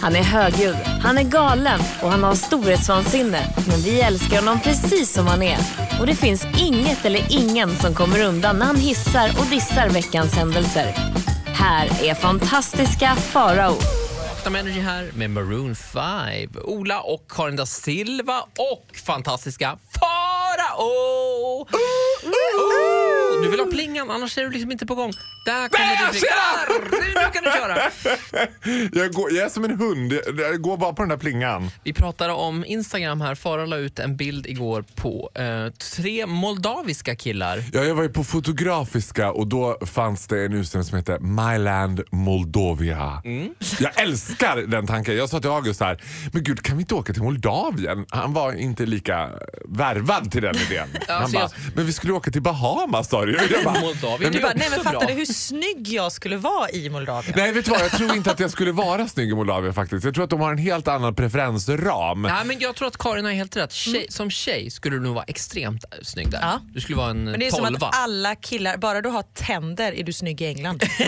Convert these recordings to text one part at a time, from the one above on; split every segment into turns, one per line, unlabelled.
Han är högljudd, han är galen och han har storhetsvansinne. Men vi älskar honom precis som han är. Och det finns inget eller ingen som kommer undan när han hissar och dissar veckans händelser. Här är fantastiska Farao.
Vakna med Energy här med Maroon 5. Ola och Karin da Silva och fantastiska Farao! Oh, Du vill ha plingan, annars är du liksom inte på gång. Där kommer
jag
du Där! Nu kan du köra!
Jag, går, jag är som en hund, jag, jag går bara på den där plingan.
Vi pratade om Instagram här. Farao la ut en bild igår på eh, tre moldaviska killar.
Ja, jag var ju på Fotografiska och då fanns det en utställning som hette My Land Moldovia. Jag älskar den tanken. Jag sa till August här, men gud kan vi inte åka till Moldavien? Han var inte lika värvad till den idén. Han
så
bara,
jag-
men vi skulle åka till Bahamas sa du ju." Jag bara,
Moldavien
Du
är
bara,
också
nej men
bra.
fattar du hur snygg jag skulle vara i Moldavien?
Nej, vet du vad? Jag tror inte att jag skulle vara snygg i Moldavien faktiskt. Jag tror att de har en helt annan preferensram.
Nej, men jag tror att Karin har helt rätt. Tjej, Som tjej skulle du nog vara extremt snygg där.
Mm. Ja.
Du skulle vara en
Men det är som
tolva.
att alla killar, bara du har tänder är du snygg i England.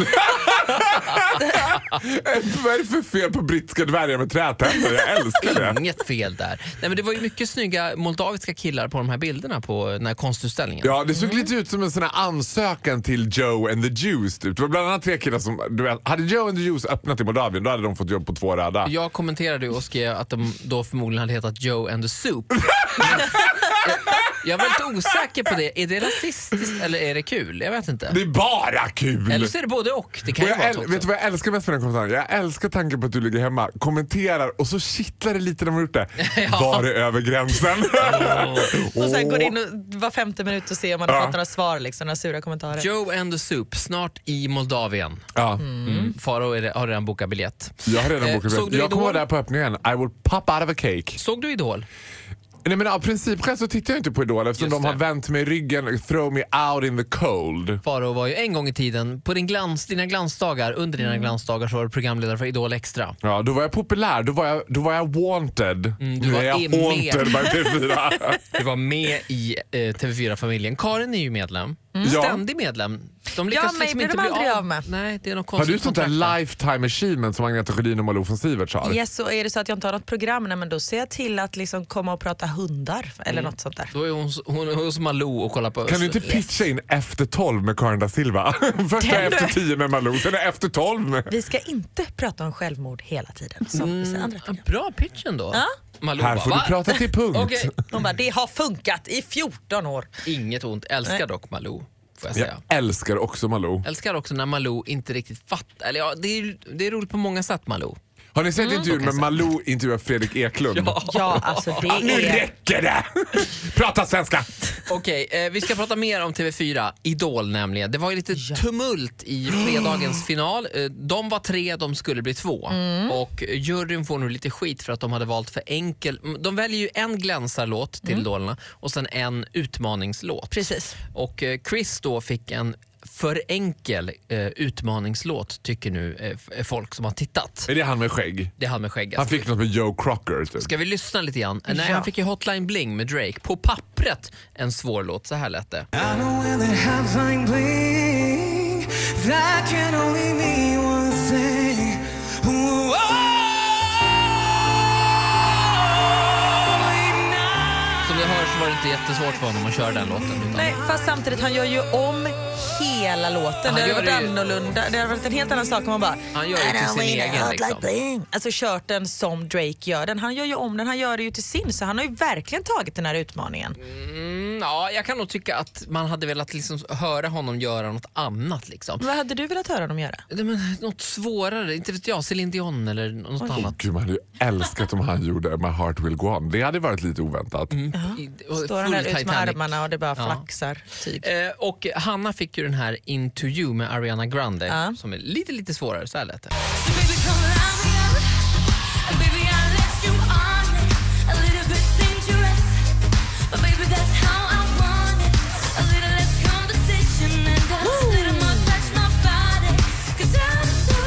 Vad är det för fel på brittiska dvärgar med trätänder? Jag älskar det.
Inget fel där. Nej, men det var ju mycket snygga moldaviska killar på de här bilderna på eh, den här konstutställningen.
Ja, det såg lite ut som en sån här ansökan till Joe and the Juice. Typ. Det var bland annat tre killar som... Du vet, hade Joe and the Juice öppnat i Moldavien då hade de fått jobb på två röda.
Jag kommenterade ju och skrev att de då förmodligen hade hetat Joe and the Soup. eh, jag var lite osäker på det. Är det rasistiskt eller är det kul? Jag vet inte.
Det är bara kul!
Eller så är det både och. Det kan
Och
ju
jag
vara
äl-
så också.
vet du vad jag älskar mest med den kommentaren? Jag älskar tanken på att du ligger hemma, kommenterar och så kittlar det lite när man har gjort det. Var det över gränsen?
Oh.
Och sen går det in och, var femte minut och ser om man har
Ja.
fått några svar, liksom, några sura kommentarer.
Joe and the Soup, snart i Moldavien.
Ja,
Mm. Farao är- har redan bokat biljett.
jag har redan
Eh,
bokat
såg
biljett.
du
Jag kommer
Idol?
vara där på öppningen. I will pop out of a cake.
Såg du Idol?
Nej, men av principskäl så tittar jag inte på Idol eftersom
Just
de har
det.
vänt mig ryggen. Throw me out in the cold.
Farao var ju en gång i tiden, på din glans, dina glansdagar, under dina glansdagar så var du programledare för Idol Extra.
Ja, då var jag populär. Då var jag, då var jag wanted.
Mm, du
nu
var
är jag
i med.
haunted by TV4.
Du var med i eh, TV4-familjen. Karin är ju medlem.
Mm. Ja.
Ständig medlem. De lyckas
mig
liksom
blir
inte
de
bli
aldrig av med.
Nej, det är något
har
konstigt
du sånt där
kontrakt där.
lifetime achievement som Agneta Sjödin och Malou von Siverts har?
Yes, och är det så att jag inte har något program, nej, men då ser jag till att liksom komma och prata hundar eller något sånt där.
Då är hon, hon, hon hos Malou och kollar på...
Kan du inte pitcha in Efter 12 med Karin da Silva? Först är
Kan du?
Efter 10 med Malou, sen är Efter 12 med...
Vi ska inte prata om självmord hela tiden som vissa andra program.
Bra pitch ändå.
Ja.
Malou
Här
bara,
får du
"Va?"
prata till punkt.
Okej.
De bara, det har funkat i 14 år.
Inget ont. Älskar
Nej.
dock Malou, får jag
Jag
säga.
älskar också Malou.
Älskar också när Malou inte riktigt fattar. Eller ja, det är, det är roligt på många sätt Malou.
Har ni sett
Mm,
intervjun
Så
med
kan
Malou intervjuar Fredrik Eklund?
Ja, alltså det
Nu
är...
räcker det! Prata svenska!
Okej, eh, vi ska prata mer om TV4, Idol nämligen. Det var ju lite tumult i fredagens final. Eh, de var tre, de skulle bli två. Och juryn får nu lite skit för att de hade valt för enkel... mm, De väljer ju en glänsarlåt till Idolerna och sen en utmaningslåt.
Precis.
Och eh, Chris då fick en för enkel eh, utmaningslåt tycker nu eh, f- folk som har tittat.
Är det han med skägg?
Det är han med skägget.
Han fick något med Joe Crocker. Typ.
Ska vi lyssna lite grann? Eh, Nej,
Ja.
han fick ju Hotline Bling med Drake. På pappret en svår låt. Så här lät det.
I know when the hotline bling, that can only mean one thing. Whoa, only now.
Som ni hör så var det inte jättesvårt för honom att köra den låten. Utan
Nej, fast samtidigt, han gör ju om hela låten.
Han
Det hade
gör
varit
det ju-
annorlunda. Det hade varit en helt annan sak om man bara...
Han gör ju till sin egen liksom.
Alltså kört den som Drake gör den. Han gör ju om den, han gör det ju till sin. Så han har ju verkligen tagit den här utmaningen.
Mm, ja, jag kan nog tycka att man hade velat liksom höra honom göra något annat. Liksom.
Vad hade du velat höra dem göra?
Nej, Men, något svårare, inte vet jag, Céline Dion eller något annat.
Gud, man hade ju älskat om han gjorde My Heart Will Go On. Det hade varit lite oväntat.
Mm.
I- och
Står han
full
där ut med
Titanic.
armarna och det bara
Ja.
flaxar. Typ.
Eh, och Hanna fick ju den här Into You med Ariana Grande
Ja.
som är lite, lite svårare. Så här lät det.
So baby, come around me up. And baby, I left you on it. A little bit dangerous. But baby, that's how I want it. A little less conversation and a little more touch my body. Cause I'm so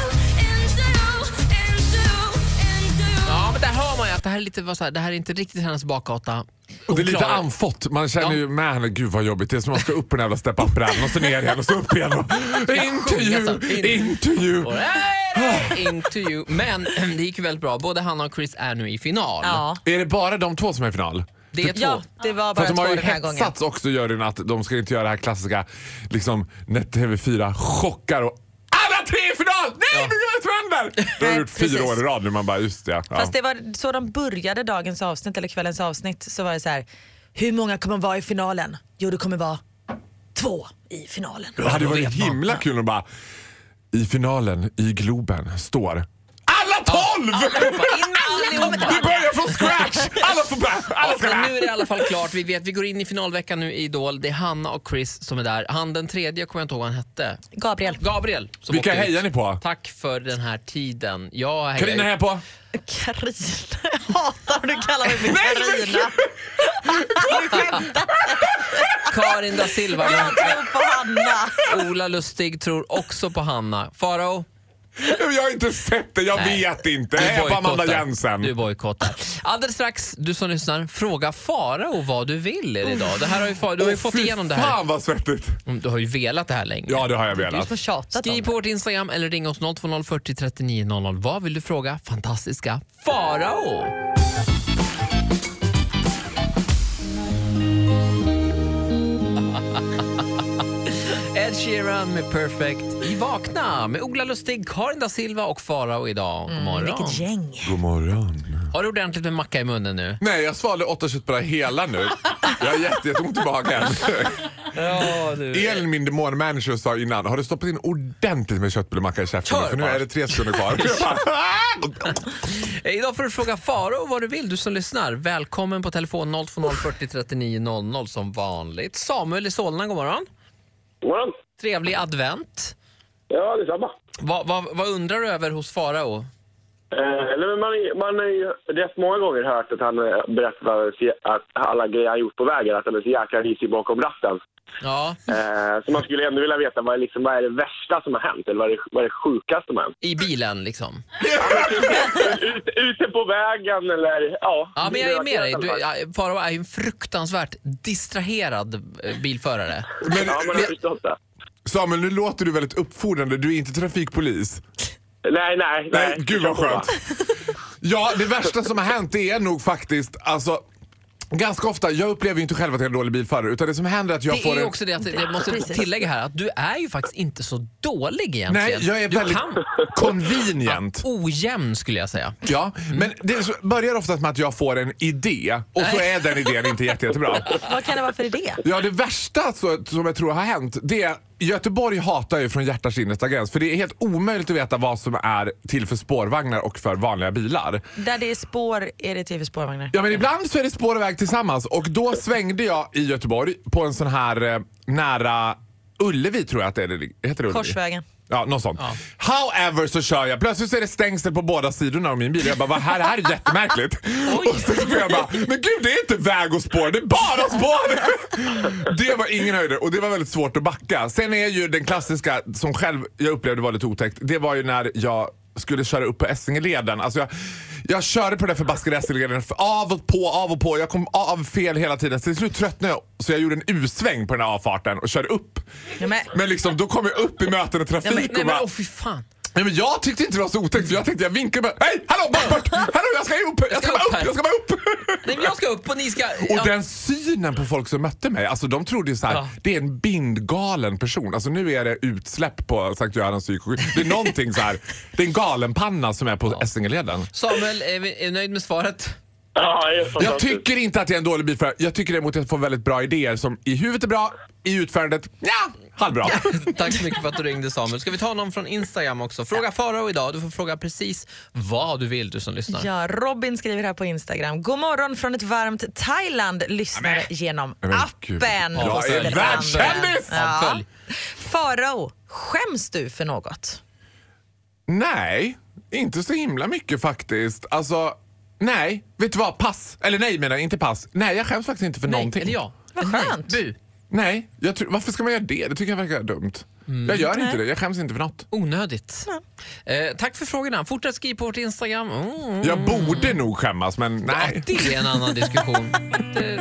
into you, into you, into you.
Ja, men där hör man ju att det här är, lite, vad så här, det här är inte riktigt hennes bakgata.
Och det är lite
Oklar.
anfått. Man känner
Ja.
ju med henne, gud vad jobbigt. Det är som att man ska upp på den jävla step up och så ner igen och så upp igen. Och, intervju,
sjunga så. In-
intervju.
Och, "Hey!" Into you. Eh, Men det gick ju väldigt bra. Både Hanna och Chris är nu i final.
Ja.
Är det bara de två som är i final?
Det är två.
ja, det
För
var bara
att
två
de har ju
den här gången.
hetsats också juryn att de ska inte göra det här klassiska liksom, när TV4 chockar och alla tre är i final! Nej, men gud vad händer? Det har de
Nej,
gjort fyra
precis.
år i rad nu. Man bara, just det. Ja.
Fast det var så de började dagens avsnitt, eller kvällens avsnitt, så var det så här. Hur många kommer vara i finalen? Jo, det kommer vara två i finalen.
Det hade
då
varit
vet man.
himla kul att bara i finalen i Globen står alla tolv! Vi börjar från scratch! Alla får börja! Alla ska
Men nu
med!
är det i alla fall klart. Vi vet, vi går in i finalveckan nu i Idol. Det är Hanna och Chris som är där. Han den tredje, kommer jag inte ihåg vad han hette.
Gabriel.
Gabriel. Som
Vilka
åkte ut.
hejar ni på?
Tack för den här tiden. Jag hejar
Carina
ju-
hejar på.
Carina. Jag hatar när du kallar mig för Carina. Du skämtar.
Karin da Silva.
Jag tror på Hanna.
Men Ola Lustig tror också på Hanna. Farao?
Jag har inte sett det, jag
Nej.
vet inte.
Du
Jag hejar på Amanda
bojkottar.
Jensen.
Du bojkottar. Alldeles strax, du som lyssnar, fråga Farao vad du vill idag. Det här har ju, Farao- du har ju
Åh,
fått
fy
igenom det här.
fan vad svettigt.
Mm, Du har ju velat det här länge.
Ja, det har jag
Du
velat.
som har tjatat om
Skriv på
det.
vårt Instagram eller ring oss 020 40 39 00. Vad vill du fråga fantastiska Farao? Ed Sheeran med Perfect i Vakna med Ola Lustig, Karin da Silva och Farao idag. God morgon.
Mm, Vilket gäng.
God morgon.
Har du ordentligt med macka i munnen nu?
Nej, jag svalde åtta köttbullar hela nu. Jag har jätte- jätteont i magen.
Ja,
Elin, min demonmanager, sa innan har du stoppat in ordentligt med köttbullemacka i käften?
Kör
För nu
bara.
är det tre sekunder kvar. Jag bara, "Ah!"
Idag får du fråga Faro vad du vill, du som lyssnar. Välkommen på telefon 020 40 39 00 som vanligt. Samuel i Solna, god morgon.
God morgon.
Trevlig advent.
Ja, detsamma.
Vad, vad, vad undrar du över hos Farao?
Eh, eller men man, man har ju rätt många gånger hört att han eh, berättar se- att alla grejer han gjort på vägen, att han är så jäkla risig bakom ratten.
Ja,
Eh, så man skulle ändå vilja veta vad är, liksom, vad är det värsta som har hänt eller vad är det, vad är det sjukaste som har hänt?
i bilen liksom.
Ut, ute på vägen eller ja.
Ja, men jag är med dig. Du,
ja,
ja, Faro är ju en fruktansvärt distraherad eh, bilförare.
men jag har förstått det.
Samuel, nu låter du väldigt uppfordrande. Du är inte trafikpolis.
Nej, nej, nej.
Nej, gud vad skönt. Ja, det värsta som har hänt det är nog faktiskt, alltså Ganska ofta, jag upplever ju inte själv att jag är en dålig bilförare utan det som händer är att jag
Det
får
är ju
en...
också det att jag måste
Precis.
tillägga här att du är ju faktiskt inte så dålig egentligen.
Nej, jag är
du
väldigt
kan
convenient.
ojämn skulle jag säga.
Ja, men det så- börjar ofta med att jag får en idé och så är den idén inte jätte, jättebra.
Vad kan det vara för idé?
Ja, det värsta så, som jag tror har hänt, det är Göteborg hatar ju från hjärtats innersta gräns för det är helt omöjligt att veta vad som är till för spårvagnar och för vanliga bilar.
Där det är spår är det tv spårvagnar.
Ja, men ibland så är det spår och väg tillsammans och då svängde jag i Göteborg på en sån här eh, nära Ullevi tror jag att det är. Heter det Ullevi?
Korsvägen.
Ja, något sånt. However så kör jag. Plötsligt så är det stängsel på båda sidorna av min bil. Jag bara, vad här, det här är jättemärkligt. Och så får jag bara, men gud det är inte väg och spår, det är bara spår! det var ingen höjdare och det var väldigt svårt att backa. Sen är ju den klassiska, som själv jag upplevde var lite otäckt, det var ju när jag skulle köra upp på Essingeleden. Alltså jag, jag körde på den där förbaskade Essingeleden för av och på, av och på. Jag kom av fel hela tiden. Så till slut tröttnade jag så jag gjorde en U-sväng på den här avfarten och körde upp.
Ja, men-
Men liksom, då kom jag upp i mötande trafik
Nej, men, nej, men
och bara,
åh fy fan.
Nej, men jag tyckte inte det var så otäckt för jag tänkte jag vinkade bara Hej! Hallå! Bort, bort! Hallå jag ska upp! Jag
ska
ska bara
upp här."
upp! Jag ska bara upp!
Nej, men jag ska upp och ni ska...
Och den synen på folk som mötte mig, alltså de trodde ju såhär,
Ja.
det är en bindgalen person. Alltså nu är det utsläpp på Sankt Görans psyksjukhus. Det är någonting så här. det är en galenpanna som är på Essingeleden.
Samuel, är, vi, är du nöjd med svaret?
Ja, det är
Jag
fantastiskt.
tycker inte att jag är en dålig bilförare. Jag tycker däremot att jag får väldigt bra idéer som i huvudet är bra, i utförandet, ja, halvbra.
Tack så mycket för att du ringde Samuel. Ska vi ta någon från Instagram också? Fråga Farao idag. Du får fråga precis vad du vill du som lyssnar.
Ja, Robin skriver här på Instagram. God morgon från ett varmt Thailand. Lyssnare genom
men gud.
appen.
Jag
Och
är
så vidare.
världskändis!
Ja.
Följ.
Farao, skäms du för något?
Nej, inte så himla mycket faktiskt. Alltså, nej. Vet du vad? Pass. Eller nej menar jag, inte pass. Nej, jag skäms faktiskt inte för
Nej,
någonting.
eller ja.
Vad
Nej,
skönt.
Bu.
Nej, jag tror- varför ska man göra det? Det tycker jag verkar dumt.
Mm.
Jag gör inte det. Jag skäms inte för något.
Onödigt. Eh, tack för frågorna. Fortsätt skriv på vårt Instagram. Mm.
Jag borde nog skämmas, men nej.
Det är en annan diskussion. Det,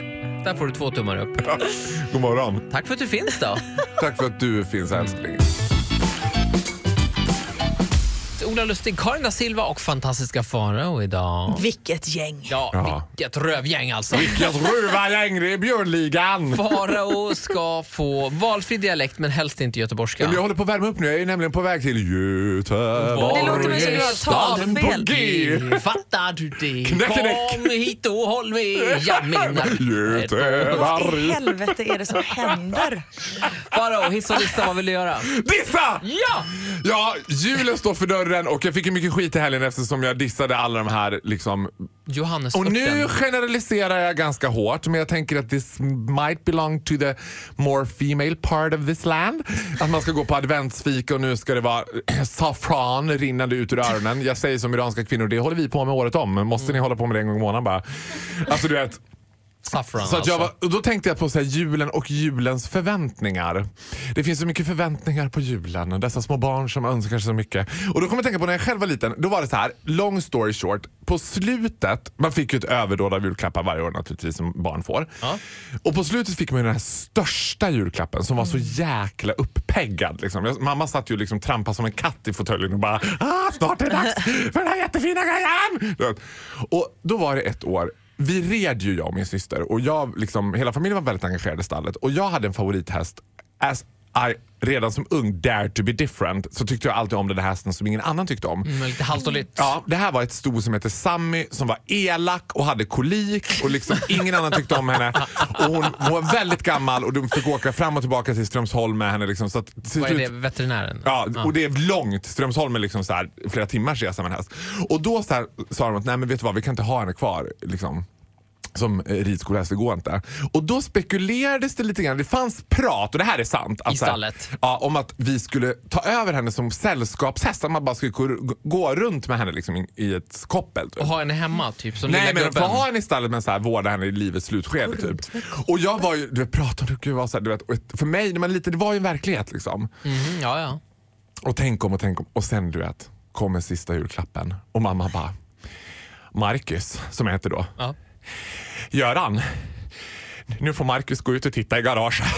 där får du två tummar upp.
God morgon.
Tack för att du finns då.
Tack för att du finns, älskling.
Ola Ola Lustig, Karin da Silva och fantastiska Farao idag.
Vilket gäng.
Ja,
Ja.
vilket rövgäng alltså.
Jag ruvar gäng, det är björnligan.
Farao ska få valfri dialekt men helst inte göteborgska.
Men Jag håller på att värma upp nu. Jag är ju nämligen på väg till Göteborg.
Det låter mig som du har
Staden
talfel.
på G.
Fattar du det?
Knäck, knäck.
Kom hit och håll med, jag menar
Vad i
Göteborg.
helvete är det som händer?
Farao, hiss och dissa, vad vill du göra?
Dissa!
Ja!
Ja, julen står för dörren och jag fick ju mycket skit i helgen eftersom jag dissade alla de här liksom...
Johannes
Och nu generaliserar jag ganska hårt men jag tänker att this might belong to the more female part of this land. Att man ska gå på adventsfika och nu ska det vara saffran rinnande ut ur öronen. Jag säger som iranska kvinnor, det håller vi på med året om. Måste ni hålla på med det en gång i månaden bara? Alltså du vet.
Saffran
Så att jag
alltså.
var, och då tänkte jag på så här, julen och julens förväntningar. Det finns så mycket förväntningar på julen. Dessa små barn som önskar så mycket. Och då kommer jag tänka på när jag själv var liten. Då var det så här, long story short. På slutet, man fick ju ett överdåd av julklappar varje år naturligtvis som barn får.
Ja.
Och på slutet fick man ju den här största julklappen som var så
Mm.
jäkla uppeggad. Liksom. Jag, mamma satt ju och liksom trampade som en katt i fåtöljen och bara ah, “Snart är det dags för den här jättefina grejen!” Du vet. Och då var det ett år vi red ju jag och min syster och jag, liksom, hela familjen var väldigt engagerad i stallet och jag hade en favorithäst as I, redan som ung, dare to be different, så tyckte jag alltid om den här hästen som ingen annan tyckte om.
Mm, Lite halt och lytt.
Ja, det här var ett sto som hette Sammy som var elak och hade kolik och liksom ingen annan tyckte om henne. Och hon, hon var väldigt gammal och de fick åka fram och tillbaka till Strömsholm med henne. Liksom, så att, till
Vad är det?
slut-
Veterinären?
Ja, och det är långt. Strömsholm är liksom så här, flera timmars resa med en häst. Och då så här, sa de att nej men vet du vad, vi kan inte ha henne kvar. Liksom som eh, ridskolehäst, det går inte. Och då spekulerades det lite grann, det fanns prat, och det här är sant. Att
I
så här-
stallet.
Ja, om att vi skulle ta över henne som sällskapshäst. Att man bara skulle gå- gå runt med henne liksom i- i ett koppel. Typ.
Och ha henne hemma, typ som
Nej
lilla
men få
gubben.
ha henne i stallet men så här, vårda henne i livets slutskede typ. Och jag var ju, du vet, pratade och gud vad så här, du vet, och ett- för mig när man är liten, det var ju en verklighet liksom.
Mhm, ja, ja.
Och tänk om och tänk om. Och sen du vet, kommer sista julklappen och mamma bara, Marcus som jag heter då,
ja.
Göran, nu får Marcus gå ut och titta i garaget.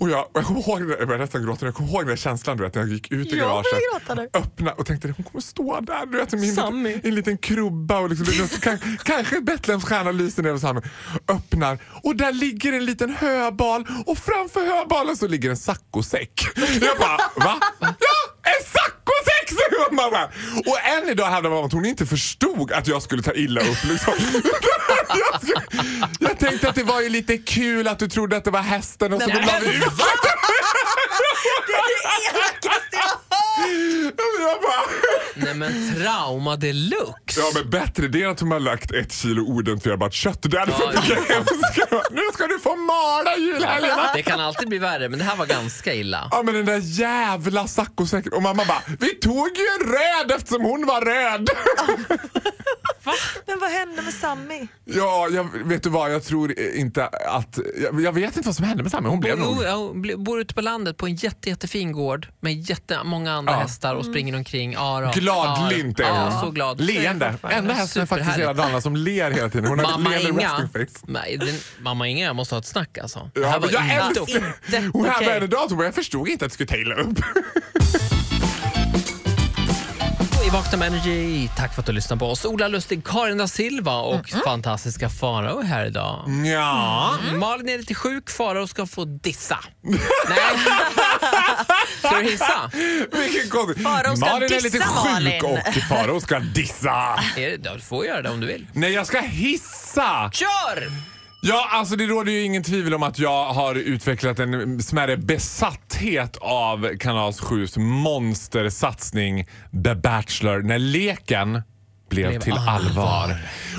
Och jag, och jag kommer ihåg, det- jag började nästan gråta, jag kommer ihåg den där känslan du vet, när jag gick ut i
Jag började
garaget.
gråta nu.
Öppna och tänkte hon kommer stå där du vet, med en,
Sammy.
liten, en liten krubba och liksom, du vet, kan, kanske en Betlehemsstjärna lyser över Sammy. Öppnar och där ligger en liten höbal och framför höbalen så ligger en saccosäck. Jag bara va? Ja, en saccosäck! säger hon, mamma. Och än idag hävdar mamma att hon inte förstod att jag skulle ta illa upp. Liksom. Jag skulle- Jag tänkte att det var ju lite kul att du trodde att det var hästen och så
Nej,
de la
men
vi ut Jag bara,
Nej men trauma deluxe.
Ja men bättre det är att de har lagt ett kilo oidentifierbart kött. Därför
Ja,
fick jag hemska. Nu ska du få mala julhelgen!
Det kan alltid bli värre, men det här var ganska illa.
Ja men den där jävla saccosäcken. Och mamma bara, vi tog ju en röd eftersom hon var röd.
Men vad hände med Sammy?
Ja, jag, vet du vad, jag tror inte att... Jag, jag vet inte vad som hände med Sammy, hon blev nog...
Jo, jag bl- bor ute på landet på en jätte, jättefin gård med jättemånga andra
Ja.
hästar och springer omkring. Ja, då.
Gladlynt är
ja,
hon.
ja, så glad.
Leende. Enda hästen faktiskt i hela Dalarna som ler hela tiden. Hon har
Mamma
lever
Inga,
resting face.
Nej, den, mamma Inga jag måste ha ett snack alltså. Det
Ja,
här
men
var
jag
inte okej.
älskar
Inte
Hon
okej.
hävdade henne datorn men jag förstod inte att det skulle ta illa upp.
I Vakna med Energy, tack för att du lyssnar på oss. Ola Lustig, Karin da Silva och fantastiska Farao är här idag.
Mm. Ja.
Malin är lite sjuk, Farao ska få dissa. Nej. Ska du hissa?
Vilken konstig.
Farao ska
Malin är
dissa
lite sjuk
Malin.
och Farao ska dissa.
Är det, ja, du får göra det om du vill.
Nej, jag ska hissa.
Kör!
Ja, alltså det råder ju ingen tvivel om att jag har utvecklat en smärre besatthet av Kanal 7s monstersatsning The Bachelor när leken blev,
Blev
till allvar.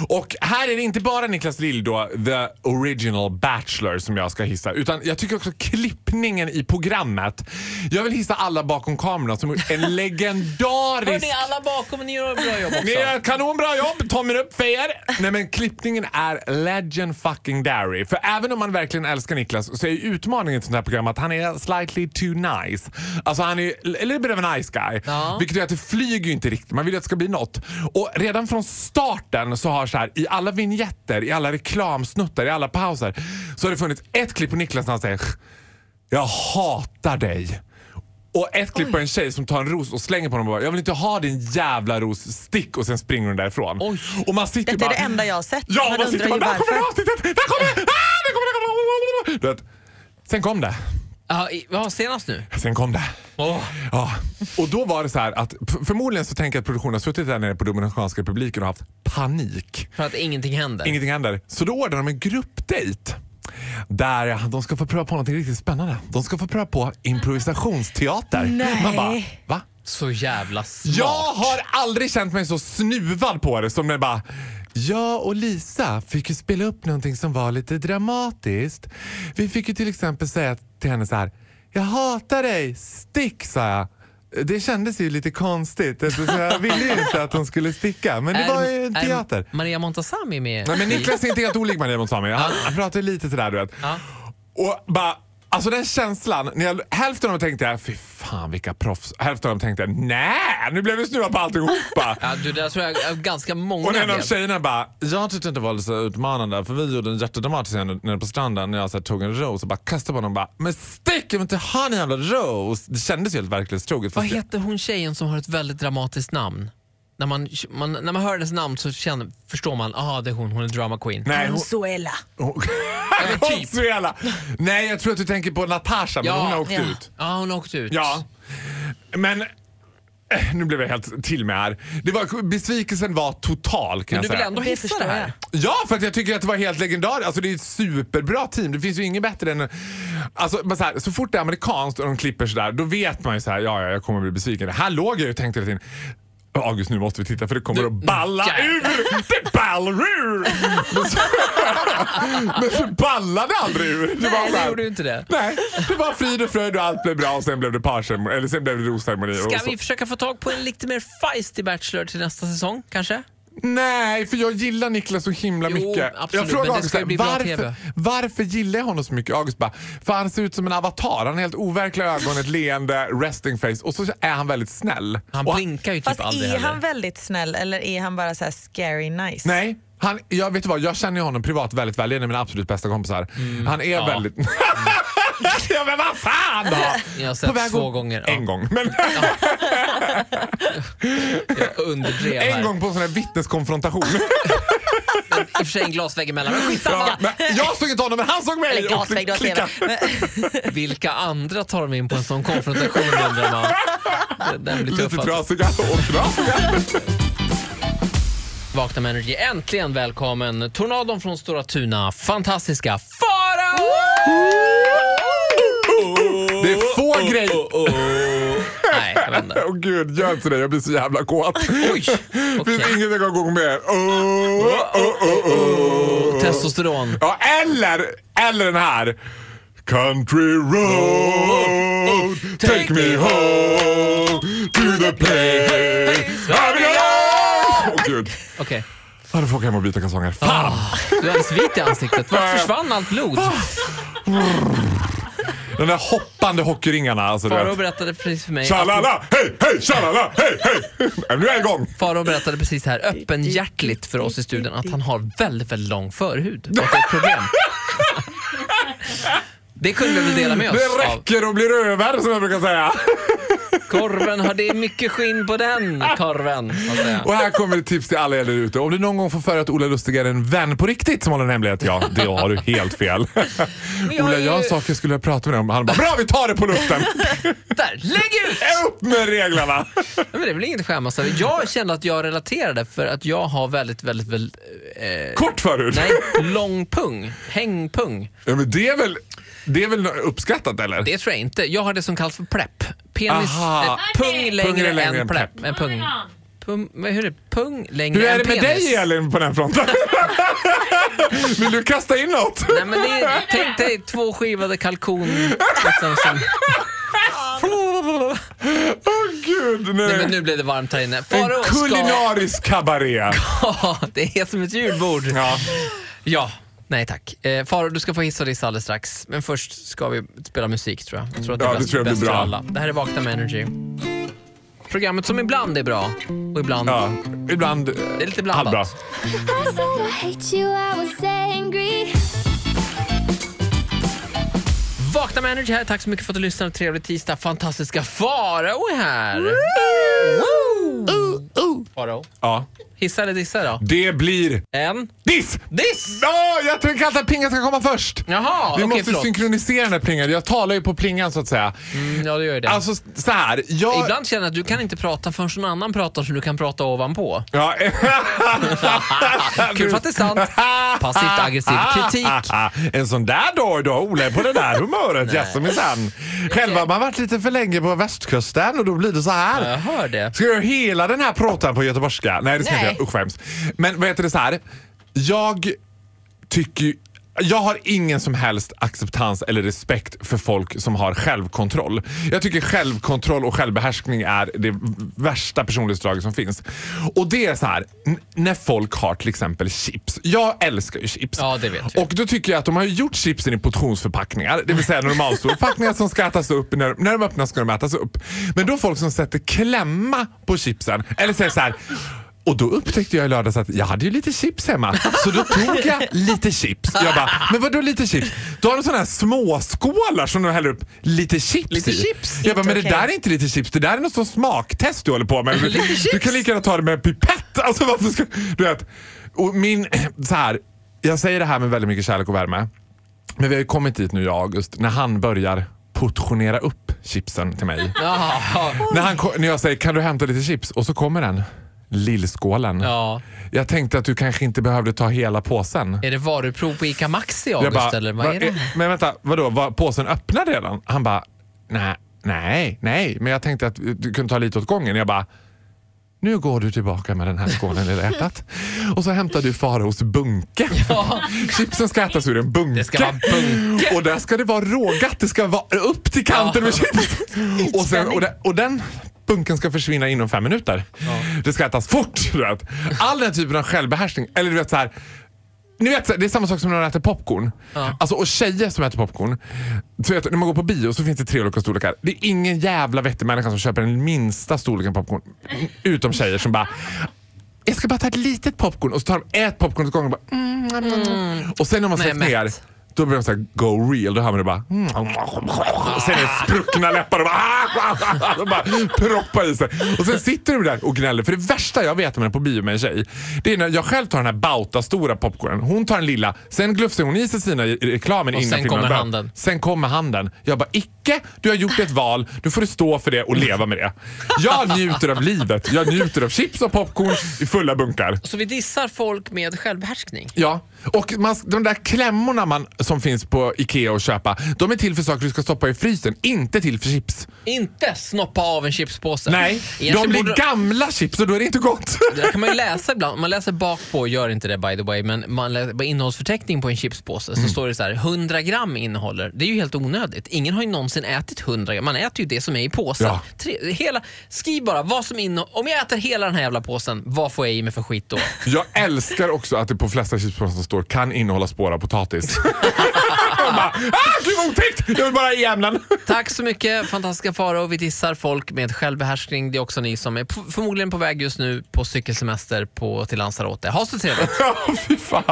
Och här är det inte bara Niklas Lill då, the original Bachelor som jag ska hissa, utan jag tycker också klippningen i programmet. Jag vill hissa alla bakom kameran som gjort en legendarisk
Hörni, alla bakom, ni gör ett bra jobb
ni
också.
gör ett kanonbra jobb, tummen upp för er! Nej men klippningen är legend fucking dairy. För även om man verkligen älskar Niklas så är ju utmaningen i ett sånt här program att han är slightly too nice. Alltså han är ju a little bit of a nice guy.
Ja.
Vilket gör att det flyger ju inte riktigt. Man vill ju att det ska bli något. Och redan från starten så har så här i alla vignetter, i alla reklamsnuttar, i alla pauser så har det funnits ett klipp på Niklas när han säger jag hatar dig. Och ett klipp på en tjej som tar en ros och slänger på honom och bara “Jag vill inte ha din jävla ros, stick” och sen springer hon därifrån.
Oj.
Och man sitter
Detta är
bara,
det enda jag har sett.
Ja, man,
Man undrar
sitter
ju
bara “Där kommer
varför."
avsnittet! Där kommer det! Ah, där kommer det! där kommer det." Du vet, sen kom det.
Ja, i- ja, senast nu.
Sen kom det.
Åh.
Ja. Och då var det så här att f- förmodligen så tänker jag att produktionen har suttit där nere på Dominikanska republiken och haft panik.
För att ingenting händer.
Ingenting händer. Så då ordnar de en gruppdejt. Där de ska få pröva på något riktigt spännande. De ska få pröva på improvisationsteater.
Nej.
Man bara, va?
Så jävla smart.
Jag har aldrig känt mig så snuvad på det som när bara jag och Lisa fick ju spela upp någonting som var lite dramatiskt. Vi fick ju till exempel säga till henne så här. Jag hatar dig, stick sa jag. Det kändes ju lite konstigt eftersom jag ville ju inte att hon skulle sticka. Men det var ju en
är
teater.
Maria Montazami med?
Nej, men Niklas är inte helt olik Maria Montazami. Han, han pratar ju lite sådär du vet.
Ja.
Och bara, alltså den känslan. När jag, hälften av dem tänkte jag, fy fan vilka proffs. Hälften av dem tänkte jag, nej nu blev vi snuvad på alltihopa.
Ja, du, där tror jag att ganska många
Och en av
blev.
tjejerna bara, jag tyckte inte det var så utmanande för vi gjorde en jättedramatisk scen nere på stranden när jag så här, tog en ros och bara kastade på honom och bara, men stick jag vill inte ha en jävla ros. Det kändes ju helt verklighetstroget.
Vad
fast jag-
heter hon tjejen som har ett väldigt dramatiskt namn? När man, man, när man hör hennes namn så känner, förstår man, aha det är hon, hon är drama queen.
Nej, hon,
Consuela.
hon,
men typ.
Consuela. Nej, jag tror att du tänker på Natasha, men
Ja,
hon har åkt
ja.
ut.
Ja, hon har åkt ut.
Ja, men eh, nu blev jag helt till med här. Det var, besvikelsen var total kan
Men du
jag
vill
säga.
ändå
Det
hissa det
förstår
här?
jag.
Ja, för att jag tycker att det var helt legendariskt. Alltså, det är ett superbra team. Det finns ju inget bättre än... Alltså, men så, här, så fort det är amerikanskt och de klipper sådär, då vet man ju så här, ja, ja, jag kommer bli besviken. Här låg jag ju och tänkte hela tiden, August nu måste vi titta för det kommer att balla
jävlar.
ur! Det ballar ur! Men så, men så ballade aldrig ur. Det var
Nej,
så
det
här-
gjorde ju inte det.
Nej, det var frid och fröjd och allt blev bra och sen blev det parceremoni, eller sen blev det rosceremoni. och så-
Ska vi försöka få tag på en lite mer feisty bachelor till nästa säsong kanske?
Nej, för jag gillar Niklas så himla
Jo,
mycket.
absolut,
jag
men det
frågade August
ska ju bli bra
varför,
TV.
varför gillar jag honom så mycket? August bara, för han ser ut som en avatar. Han har helt overkliga ögon, ett leende, resting face och så är han väldigt snäll.
Han
och
blinkar ju typ
Fast
aldrig
är han
heller.
väldigt snäll eller är han bara så här scary nice?
Nej. Han, jag, vet du vad, jag känner ju honom privat väldigt väl. Det är en av mina absolut bästa kompisar.
Mm.
han är väldigt... ja, men vad fan då!
Jag har sett
På väg
två
att-
gånger, ja.
En gång. Men
Jag underdrev här.
en gång på en sån här vittneskonfrontation.
I och för sig en glasvägg emellan, men
ja,
skitsamma.
men jag såg inte honom, men han såg mig!
Eller glasvägg, du
och
har
det klickade.
TV.
Vilka andra tar de in på en sån konfrontation undrar man. Den blir tuff
Lite
alltså.
trasiga och trasiga.
Vakna med Energy. Äntligen välkommen Tornadon från Stora Tuna, fantastiska Farao!
Det är få grejer...
Nej, jag vet inte.
Åh gud, gör inte det. Jag blir så jävla kåt.
Oj!
Det finns
Okej.
inget jag kan gå med. Åh, åh, åh, åh.
Testosteron.
Ja, eller, eller den här. Country road, take me home to the place I belong. Åh gud.
Okej.
Ja, då får jag åka hem och byta kalsonger. Fan!
Du är alldeles vit i ansiktet. Vart försvann allt blod?
Ah. De där hoppande hockeyringarna. Alltså, du
Farao
vet.
berättade precis för mig att
Tjalala, hej, hej, tjalala, hej, hej. Nej, Nu är jag igång.
Farao berättade precis här öppenhjärtligt för oss i studion att han har väldigt, väldigt lång förhud och att det är ett problem. Det kunde vi väl dela med oss
Det
av.
räcker och blir över som jag brukar säga.
Korven har det är mycket skinn på den korven. så att säga.
Och här kommer ett tips till alla er där ute. Om du någon gång får för dig att Ola Lustig är en vän på riktigt som håller en hemlighet, ja, det har du helt fel.
har
Ola,
ju-
jag har en sak jag skulle vilja prata med dig om. Han bara, bra vi tar det på luften!
Där, lägg ut!
Upp med reglerna!
Nej, Men det är väl inget att skämmas över. Jag kände att jag relaterade för att jag har väldigt, väldigt, väldigt eh,
Kort förut.
nej, lång pung. Hängpung.
Ja, men det är väl, det är väl uppskattat eller?
Det tror jag inte. Jag har det som kallas för plepp. Penis,
Aha.
eh, pung längre,
Pung är
än plepp. Eh, pung. Pung, vad- hur är det? Pung längre
Hur är
än
det med
penis.
dig Elin på den här fronten? Vill du kasta in något?
Nej, men det är, tänk dig två skivade kalkon. Liksom, som,
Åh gud, nej.
nej, men nu blev det varmt här inne. Farao
en
ska...
kulinarisk kabaré.
Ja, det är som ett julbord.
Ja.
Ja, nej tack. Eh, Faro, du ska få hissa och dissa alldeles strax. Men först ska vi spela musik tror jag. Jag tror att det är
Ja, det
bäst,
tror jag blir
bäst för
bra.
alla. Det här är Vakna med Energy. Programmet som ibland är bra och ibland...
Ja, ibland
Det är lite blandat.
halvbra.
I said I hate you, I was angry.
Vakna Vakna med Energy här. Tack så mycket för att du lyssnade. Trevlig tisdag. Fantastiska Farao här. Woo! Farao,
Uh, Ja.
hissa eller dissa då?
Det blir
En
diss!
diss!
Ja, jag tänker alltid att plingan ska komma först.
Jaha,
Vi
okej
måste
förlåt.
synkronisera den här plingan. Jag talar ju på plingan så att säga.
Mm, ja, du gör det.
Alltså så här. Jag...
Ibland känner jag att du kan inte prata förrän någon annan pratar så du kan prata ovanpå.
Ja.
Kul för att det är sant. Passivt aggressiv kritik.
En sån där dag idag, Ola är på det där humöret. Jaså minsann. Själva har man varit lite för länge på västkusten och då blir det så här.
Jag hör det.
Ska jag göra hela den här pratan på göteborgska? Nej, det ska jag inte
Nej.
göra. Usch, vad hemskt. Men vad heter det så här? Jag tycker ju- jag har ingen som helst acceptans eller respekt för folk som har självkontroll. Jag tycker självkontroll och självbehärskning är det värsta personlighetsdraget som finns. Och det är så här, n- när folk har till exempel chips. Jag älskar ju chips.
Ja, det vet vi.
Och då tycker jag att de har ju gjort chipsen i portionsförpackningar, det vill säga normalstora förpackningar som ska ätas upp. När, när de öppnas ska de ätas upp. Men då folk som sätter klämma på chipsen, eller säger så här. Och då upptäckte jag i lördags att jag hade ju lite chips hemma. Så då tog jag lite chips. Jag bara, men vadå lite chips? Då har de sådana här småskålar som de häller upp lite chips
Lite
i.
chips?
Jag bara, men det
Inte
där
okej.
är inte lite chips. Det där är något sånt smaktest du håller på med. Du, du kan lika gärna ta det med en pipett. Alltså varför ska... Du vet. Och min... Så här, jag säger det här med väldigt mycket kärlek och värme. Men vi har ju kommit dit nu i august när han börjar portionera upp chipsen till mig.
Jaha.
När, han, ko- när jag säger kan du hämta lite chips och så kommer den. Lillskålen.
Ja.
Jag tänkte att du kanske inte behövde ta hela påsen.
Är det varuprov på ICA Maxi i
Jag
August
bara,
eller vad är
"Va-
det?
eh, Men vänta, vadå, var påsen öppnad redan? Han bara, nej, nej, nej, men jag tänkte att du kunde ta lite åt gången. Jag bara, nu går du tillbaka med den här skålen i hjärtat. Och så hämtar du Faraos bunke. Chipsen ska ätas ur en bunke.
Det ska vara bunke.
Och där ska det vara rågat. Det ska vara upp till kanten med chips. Och, sen, och, den, och den bunken ska försvinna inom fem minuter. Det ska ätas fort. Du vet. All den här typen av självbehärskning. Eller du vet så här, ni vet, så här, det är samma sak som när man äter popcorn. Alltså, och tjejer som äter popcorn. Så vet, du, när man går på bio så finns det tre olika storlekar. Det är ingen jävla vettig människa som köper den minsta storleken popcorn. Utom tjejer som bara jag ska bara ta ett litet popcorn och så tar de ett popcorn åt gången och bara mm, mm, mm. Och sen när man
Nej,
sätter ner
mätt.
då blir de såhär go real. Då hör man det bara... Mm. Och sen är det spruckna läppar och bara... ah, ah, ah, ah. De bara proppar i sig. Och sen sitter du där och gnäller. För det värsta jag vet när man är på bio med en tjej, det är när jag själv tar den här bauta-stora popcornen. Hon tar den lilla. Sen glufsar hon i sig sina i reklamen
Och
innan
sen
filmen
kommer
börjar.
handen.
Sen kommer handen. Jag bara, icke! Du har gjort ett val. Nu får du stå för det och leva med det. Jag njuter av livet. Jag njuter av chips och popcorn i fulla bunkar.
Så vi dissar folk med självbehärskning?
Ja, och man, de där klämmorna man, som finns på Ikea och köpa, de är till för saker du ska stoppa i frysen, inte till för chips.
Inte snoppa av en chipspåse.
Nej, de
Egentligen
blir
borde-
gamla chips och då är det inte gott.
Det där kan man ju läsa ibland. Man läser bak på, gör inte det by the way, men man läser på innehållsförteckning på en chipspåse så
Mm.
står det så här 100 gram innehåller. Det är ju helt onödigt. Ingen har ju någonsin ätit 100 gram. Man äter ju det som är i påsen.
Ja.
Tre, hela, skriv bara vad som innehåller. Om jag äter hela den här jävla påsen, vad får jag i mig för skit då?
Jag älskar också att det på flesta chipspåsar som står kan innehålla spår av potatis. Jag bara, ah, gud vad otäckt! Jag vill bara i ämnen.
Tack så mycket fantastiska Farao. Vi dissar folk med självbehärskning. Det är också ni som är p- förmodligen på väg just nu på cykelsemester på, till Lanzarote. Ha så trevligt!
Ja, fy fan.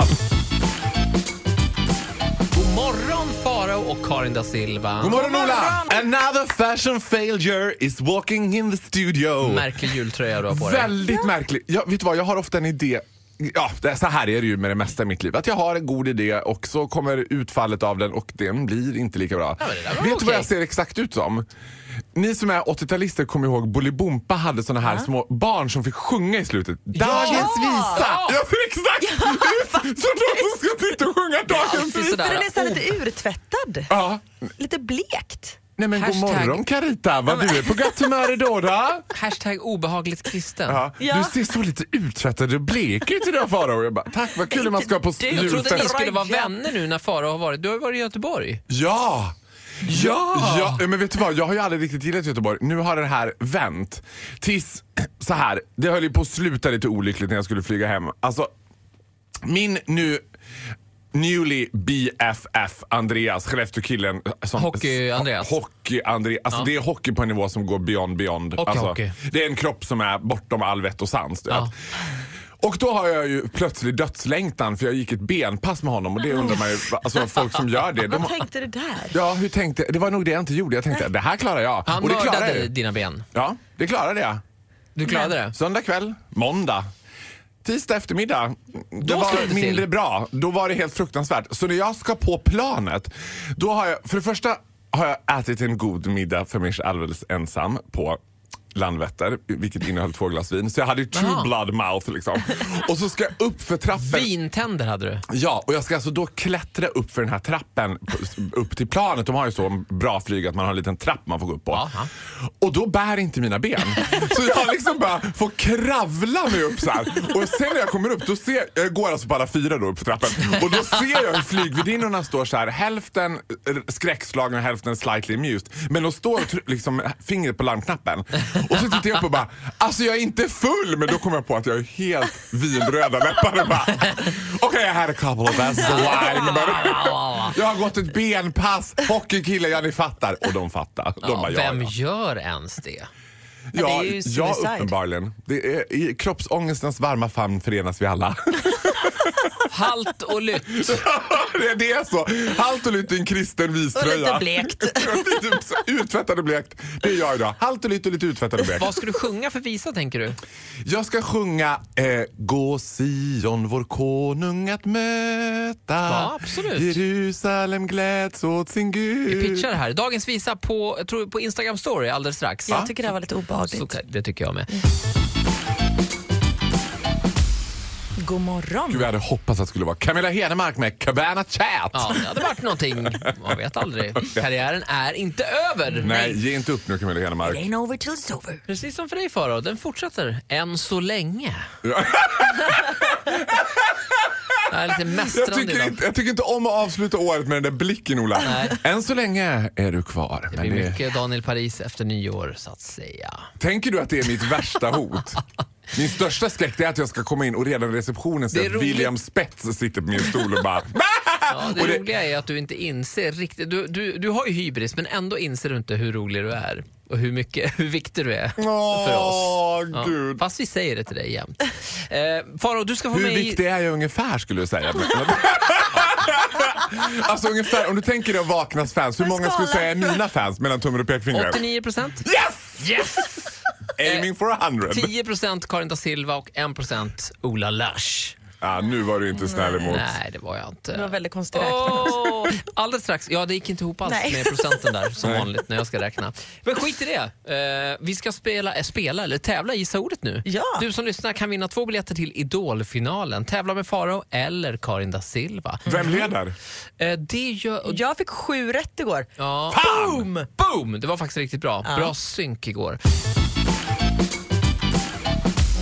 God morgon Farao och Karin da Silva.
God morgon Ola! Another fashion failure is walking in the studio.
Märklig jultröja du har på dig.
Väldigt märklig. Jag, vet du vad, jag har ofta en idé. Ja, det, så här är det ju med det mesta i mitt liv. Att jag har en god idé och så kommer utfallet av den och den blir inte lika bra.
men det där var
vet du vad
okej.
jag ser exakt ut som? Ni som är 80-talister kommer ihåg Bolibompa hade såna här små barn som fick sjunga i slutet. Dagens visa! Jag ser exakt ut som de som ska sitta och sjunga Dagens
alltid
visa.
sådär.
För den är så här lite urtvättad.
Ja.
Lite blekt.
Nej men god
Hashtag-
morgon Carita, vad du är på gott humör idag då?
Hashtag obehagligt kristen.
Ja.
Ja.
Du ser så lite uttröttad och blek ut idag Farao. Jag bara, tack vad kul man ska på
Alltså, Jag trodde ni
julfest.
skulle vara vänner nu när Farao har varit. Du har ju varit i Göteborg.
Ja! Ja! ja! Men vet du vad, jag har ju aldrig riktigt gillat Göteborg. Nu har det här vänt. Tills, så här, det höll ju på att sluta lite olyckligt när jag skulle flyga hem. Alltså, min nu newly BFF Andreas, Skellefteå-killen. som-
Hockey-Andreas.
Hockey-Andreas. Alltså det är hockey på en nivå som går beyond beyond.
Hockey,
alltså,
hockey.
Det är en kropp som är bortom all vett och sans. du
Ja.
vet. Och då har jag ju plötsligt dödslängtan för jag gick ett benpass med honom och det undrar man ju, alltså folk som gör det. De,
Vad tänkte du där?
ja, hur tänkte, det var nog det jag inte gjorde. Jag tänkte det här klarar jag.
Han
och det klarar
mördade
jag ju.
dina ben.
Ja, det klarade jag.
Du klarade det.
Söndag kväll, måndag. Tisdag eftermiddag, det
Då slog det
var
till.
mindre bra. Då var det helt fruktansvärt. Så när jag ska på planet, då har jag, för det första har jag ätit en god middag för mig alldeles ensam på Landvetter, vilket innehöll två glas vin. Så jag hade ju true
Jaha.
blood mouth liksom. Och så ska jag upp för trappen.
Vintänder hade du.
Ja, och jag ska alltså då klättra upp för den här trappen p- upp till planet. De har ju så bra flyg att man har en liten trapp man får gå upp på.
Aha.
Och då bär inte mina ben. Så jag liksom bara får kravla mig upp så här. Och sen när jag kommer upp, då ser jag går alltså bara fyra då upp för trappen. Och då ser jag hur flygvärdinnorna står så här, hälften eh, skräckslagna och hälften slightly amused. Men de står och tr- liksom fingret på larmknappen. Och så tittar jag upp och bara, alltså jag är inte full! Men då kommer jag på att jag är helt vinröda läppar och bara, Okej, jag hade a couple of glasses of wine. but- Jag har gått ett benpass. Hockeykille, ja ni fattar. Och de fattar. De bara,
Ja,
ja,
vem
ja.
gör ens det?
Ja,
det är ju
ja,
suicide.
uppenbarligen. Det är, I kroppsångestens varma famn förenas vi alla.
Halt och lytt.
det, det är så. Halt och lytt i en kristen
Och
viströja.
lite blekt.
Lite utvättad och blekt. Det är jag idag. Halt och lytt och lite utvättad och blekt.
Vad ska du sjunga för visa tänker du?
Jag ska sjunga eh, Gå Sion vår konung att möta
Ja, absolut.
Jerusalem gläds åt sin Gud
Vi pitchar det här. Dagens visa på, jag tror på Instagram story alldeles strax.
Jag tycker det här var lite obehagligt.
Så, det tycker jag med.
God
Gud,
morgon.
jag hade hoppats att det skulle vara Camilla Henemark med Cabana Chat.
Ja, det hade varit någonting. Man vet aldrig. Karriären är inte över.
Nej, ge inte upp nu Camilla Henemark.
Ain't over till it's over.
Precis som för dig Farao, den fortsätter än så länge. Det här är lite
Jag
mästrande
tycker,
idag.
inte, jag tycker inte om att avsluta året med den där blicken Ola.
Nej.
Än så länge är du kvar.
Det
Men
blir
det, Ah.
mycket Daniel Paris efter nyår så att säga.
tänker du att det är mitt värsta hot? Min största skräck det är att jag ska komma in och redan i receptionen
Det
se
är
att
roligt.
William Spets sitter på min stol och bara...
Ja, det,
Och det-
roliga är att du inte inser riktigt. Du, du, du har ju hybris men ändå inser du inte hur rolig du är och hur, mycket, hur viktig du är för oss.
Åh,
Ja,
gud.
Fast vi säger det till dig jämt. Eh, Farao, du ska få
Hur
med
viktig är jag ungefär skulle du säga? alltså ungefär, om du tänker dig Vaknas fans, hur många skulle du säga är mina fans mellan tummen och pekfingret?
89 procent.
Yes!
Yes!
Aiming for 100.
10 procent Karin da Silva och 1 procent Ola Lash.
Ja, nu var du inte snäll emot.
Nej, det var jag inte.
Det var väldigt konstigt räknat.
Åh, alldeles strax. Ja, det gick inte ihop alls
Nej.
med procenten där som vanligt när jag ska räkna. Men skit i det. Eh, vi ska spela, eh, spela eller tävla i Gissa ordet nu.
Ja.
Du som lyssnar kan vinna två biljetter till Idolfinalen. Tävla med Faro eller Karin da Silva.
Vem leder?
Eh, det gör...
Jag fick sju rätt igår.
Ja.
Boom!
Boom! Det var faktiskt riktigt bra. Bra synk igår.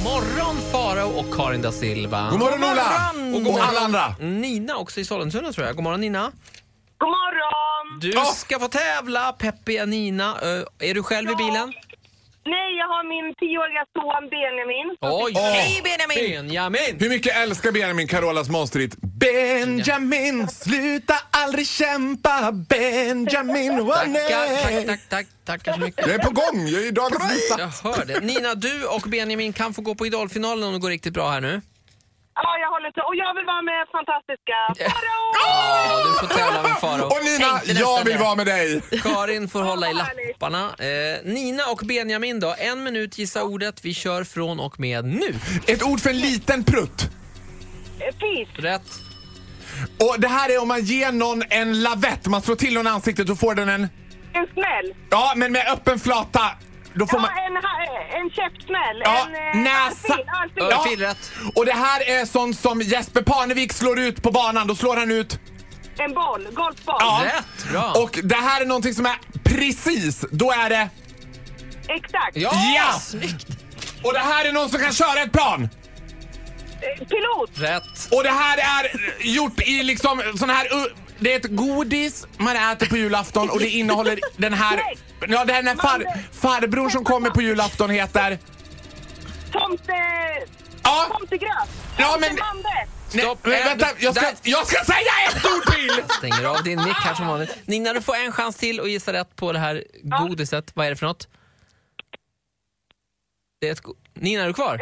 Morgon Farao och Karin da Silva.
God morgon Ola!
morgon!
Och, och alla andra!
Nina också i Sollentuna tror jag. God morgon Nina.
God morgon!
Du
Ja.
ska få tävla, peppiga Nina. Eh, är du själv i bilen?
Nej, jag har min tioåriga son Benjamin.
Oj!
Hej Benjamin!
Benjamin!
Hur mycket älskar Benjamin Carolas monsterhit Benjamin, sluta aldrig kämpa Benjamin, oh,
Tackar, tack,
nej.
tack, tack, tackar så mycket.
Jag är på gång, jag är i dagens visa.
Jag hör det. Nina, du och Benjamin kan få gå på Idolfinalen om det går riktigt bra här nu.
Ja, jag håller till. Och jag vill vara med fantastiska Farao!
Ja, du får tävla med Farao.
Och Nina,
Tänkte nästan
jag vill
det.
vara med dig!
Karin får hålla i
vad härligt.
lapparna. Eh, Nina och Benjamin då, en minut gissa ordet. Vi kör från och med nu.
Ett ord för en liten prutt.
Eh, Fis,
Rätt.
Och det här är om man ger någon en lavett. Man slår till någon i ansiktet och får den en...
en smäll.
Ja, men med öppen flata. Då får man...
Ja, en, ha- eh, en käftsmäll.
Ja,
en, eh,
näsa.
örfil, örfil.
Ja.
Örfil rätt.
Och det här är sånt som Jesper Parnevik slår ut på banan. Då slår han ut.
En boll, golfboll.
Ja.
Rätt, bra.
Och det här är någonting som är precis. Då är det...
Exakt.
Ja!
Ja!
Snyggt!
Och det här är någon som kan köra ett plan.
Eh, Pilot,
Rätt.
Och det här är gjort i liksom sån här... u- Det är ett godis man äter på julafton och det innehåller den här... Ja, den här far, farbror som kommer på julafton heter...
tomte,
Ja,
tomtegröt.
Ja, men-
Tomtebande.
Stopp.
Nej, men vänta, jag ska,
Där.
jag ska säga ett ord till!
Stänger av din mick här som vanligt. Nina, du får en chans till att gissa rätt på det här godiset. Vad är det för något? Det är ett go- Nina, är du kvar?
Eh,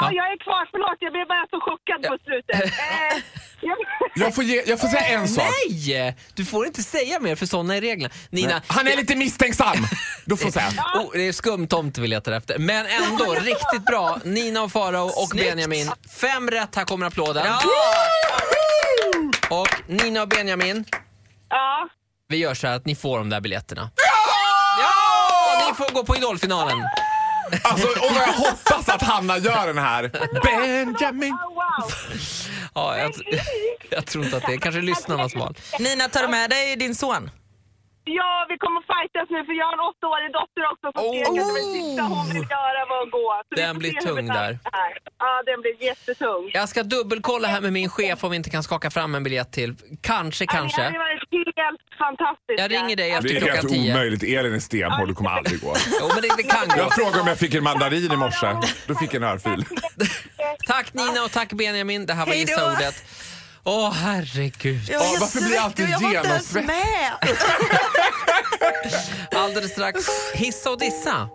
Ja, jag är kvar. Förlåt, jag blev bara så chockad på slutet. Eh, jag,
Jag får, ge, jag får säga en sak.
Nej! Du får inte säga mer för sådana är reglerna. Nina,
Han är lite misstänksam. Du får Ah, säga.
oh, det är skum tomte vi letar efter. Men ändå riktigt bra. Nina och Farao och Benjamin. Fem rätt, här kommer applåden.
Ah!
Och Nina och Benjamin,
ja.
vi gör så här att ni får de där biljetterna. Ja! Ni får gå på Idolfinalen.
Alltså, och jag hoppas att Hanna gör den här. Benjamin.
Oh, wow.
Ja, jag, jag tror inte att det är kanske lyssnarnas val.
Nina, tar du med dig din son?
Ja, vi kommer fightas nu för jag har en åttaårig dotter också som skrek att det var det sista hon vill göra var att gå. Så vi
Den
får
blir
se hur vi
tung
tar
där.
det här. Ja, den blir jättetung.
Jag ska dubbelkolla här med min chef om vi inte kan skaka fram en biljett till. Kanske,
Ja, Det hade
kanske.
varit helt fantastiskt.
Jag ringer dig
Det
efter
är
klockan
helt
tio.
omöjligt. Elin är stenhård. Det kommer aldrig gå.
Jo, men det, det kan gå.
Jag frågade om jag fick en mandarin i morse. Då fick jag en örfil.
Tack Nina och tack Benjamin. Det här var
Hej då.
Gissa ordet. Åh herregud.
Jag var helt
varför blir jag alltid
svettig och Jag var inte ens
genomsvettig?
med.
Alldeles strax hissa och dissa.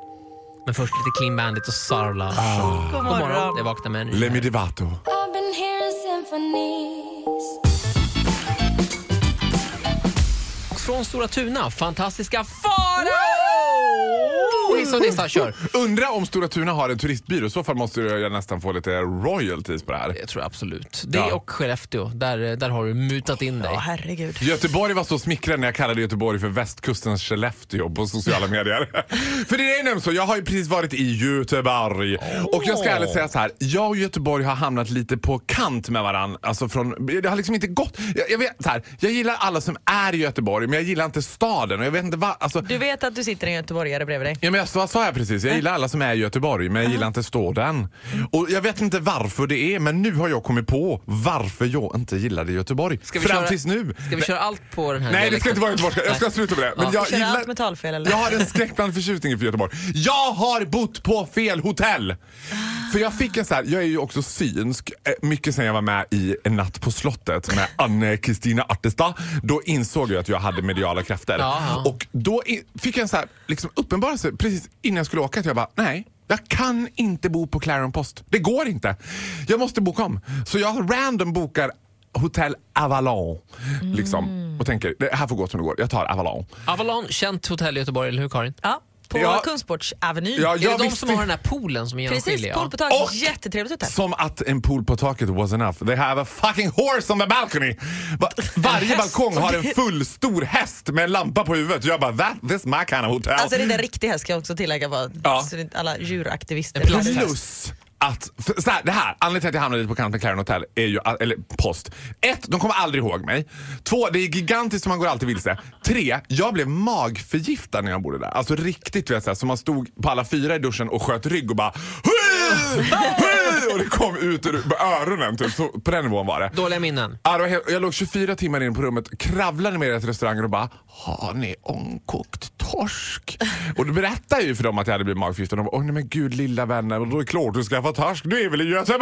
Men först lite Clean Bandit och Sara Larsson.
Ah.
God
God morgon.
morgon.
Jag vaknar med en ny.
Lemmy Divato.
I've been hearing symphonies.
Från Stora Tuna, fantastiska Farao! Hissa och dissa, kör.
Undra om Stora Tuna har en turistbyrå. I så fall måste jag nästan få lite royalties på det här.
Jag tror absolut. Det
Ja.
och Skellefteå, där, där har du mutat in dig.
Ja, herregud.
Göteborg var så smickrande när jag kallade Göteborg för västkustens Skellefteå på sociala medier. för det är ju nämligen så, jag har ju precis varit i Göteborg. Och jag ska ärligt säga så här, jag och Göteborg har hamnat lite på kant med varandra. Alltså från, det har liksom inte gått. Jag, jag, vet, så här, jag gillar alla som är i Göteborg, men jag gillar inte staden. Och jag vet inte vad, alltså,
Du vet att du sitter en göteborgare bredvid dig?
Ja, men jag, vad sa jag precis? Jag gillar alla som är i Göteborg, men jag gillar inte staden. Och jag vet inte varför det är, men nu har jag kommit på varför jag inte gillade Göteborg.
Ska vi
Fram
köra-
tills nu.
Ska vi köra allt på den här
Nej, det
dialekten?
ska inte vara göteborgska. Jag ska sluta med det. Men jag,
Kör
gillar,
allt med talfel eller?
jag har en skräckblandad förtjusning för Göteborg. Jag har bott på fel hotell! För jag fick en så här, jag är ju också synsk, eh, mycket sen jag var med i En natt på slottet med Anne-Kristina Artesta. Då insåg jag att jag hade mediala krafter.
Jaha.
Och då i- fick jag en så här, liksom uppenbarelse precis innan jag skulle åka att jag bara, nej. Jag kan inte bo på Clarion Post. Det går inte. Jag måste boka om. Så jag random bokar Hotel Avalon. Liksom, och tänker, det här får gå som det går. Jag tar Avalon.
Avalon, känt hotell i Göteborg, eller hur Karin?
Ja, på
Ja.
Kungsportsavenyn.
Ja,
Är
jag
det de
visste-
som har den här poolen som är
Precis,
genomskinlig?
pool på taket.
Och-
Jättetrevligt hotell.
Som att en pool på taket was enough. They have a fucking horse on the balcony! Va- varje
häst.
balkong har en full stor häst med en lampa på huvudet. Jag bara, that, this my kind of hotel.
Alltså det är inte en riktig häst ska jag också tillägga bara.
mm. Ja.
Så det är inte alla djuraktivister.
En plasthäst.
Plus att, för, så här, det här, anledningen till att jag hamnade lite på kant med Clarion Hotel, är ju, eller post. Ett, de kommer aldrig ihåg mig. Två, det är gigantiskt som man går alltid vilse. Tre, jag blev magförgiftad när jag bodde där. Alltså riktigt vet jag, så här, så man stod på alla fyra i duschen och sköt rygg och bara "Hui! Hui!" och det kom ut ur öronen typ. Så, på den nivån var det.
Dåliga minnen.
Ja, det var helt- Jag låg 24 timmar in på rummet, kravlade med till restaurangen och bara “Har ni ångkokt torsk?” Och då berättade jag ju för dem att jag hade blivit magförgiftad. Och de bara “Åh nej men gud lilla vänner, och då är det klart du ska få torsk, du är väl i Göteborg?”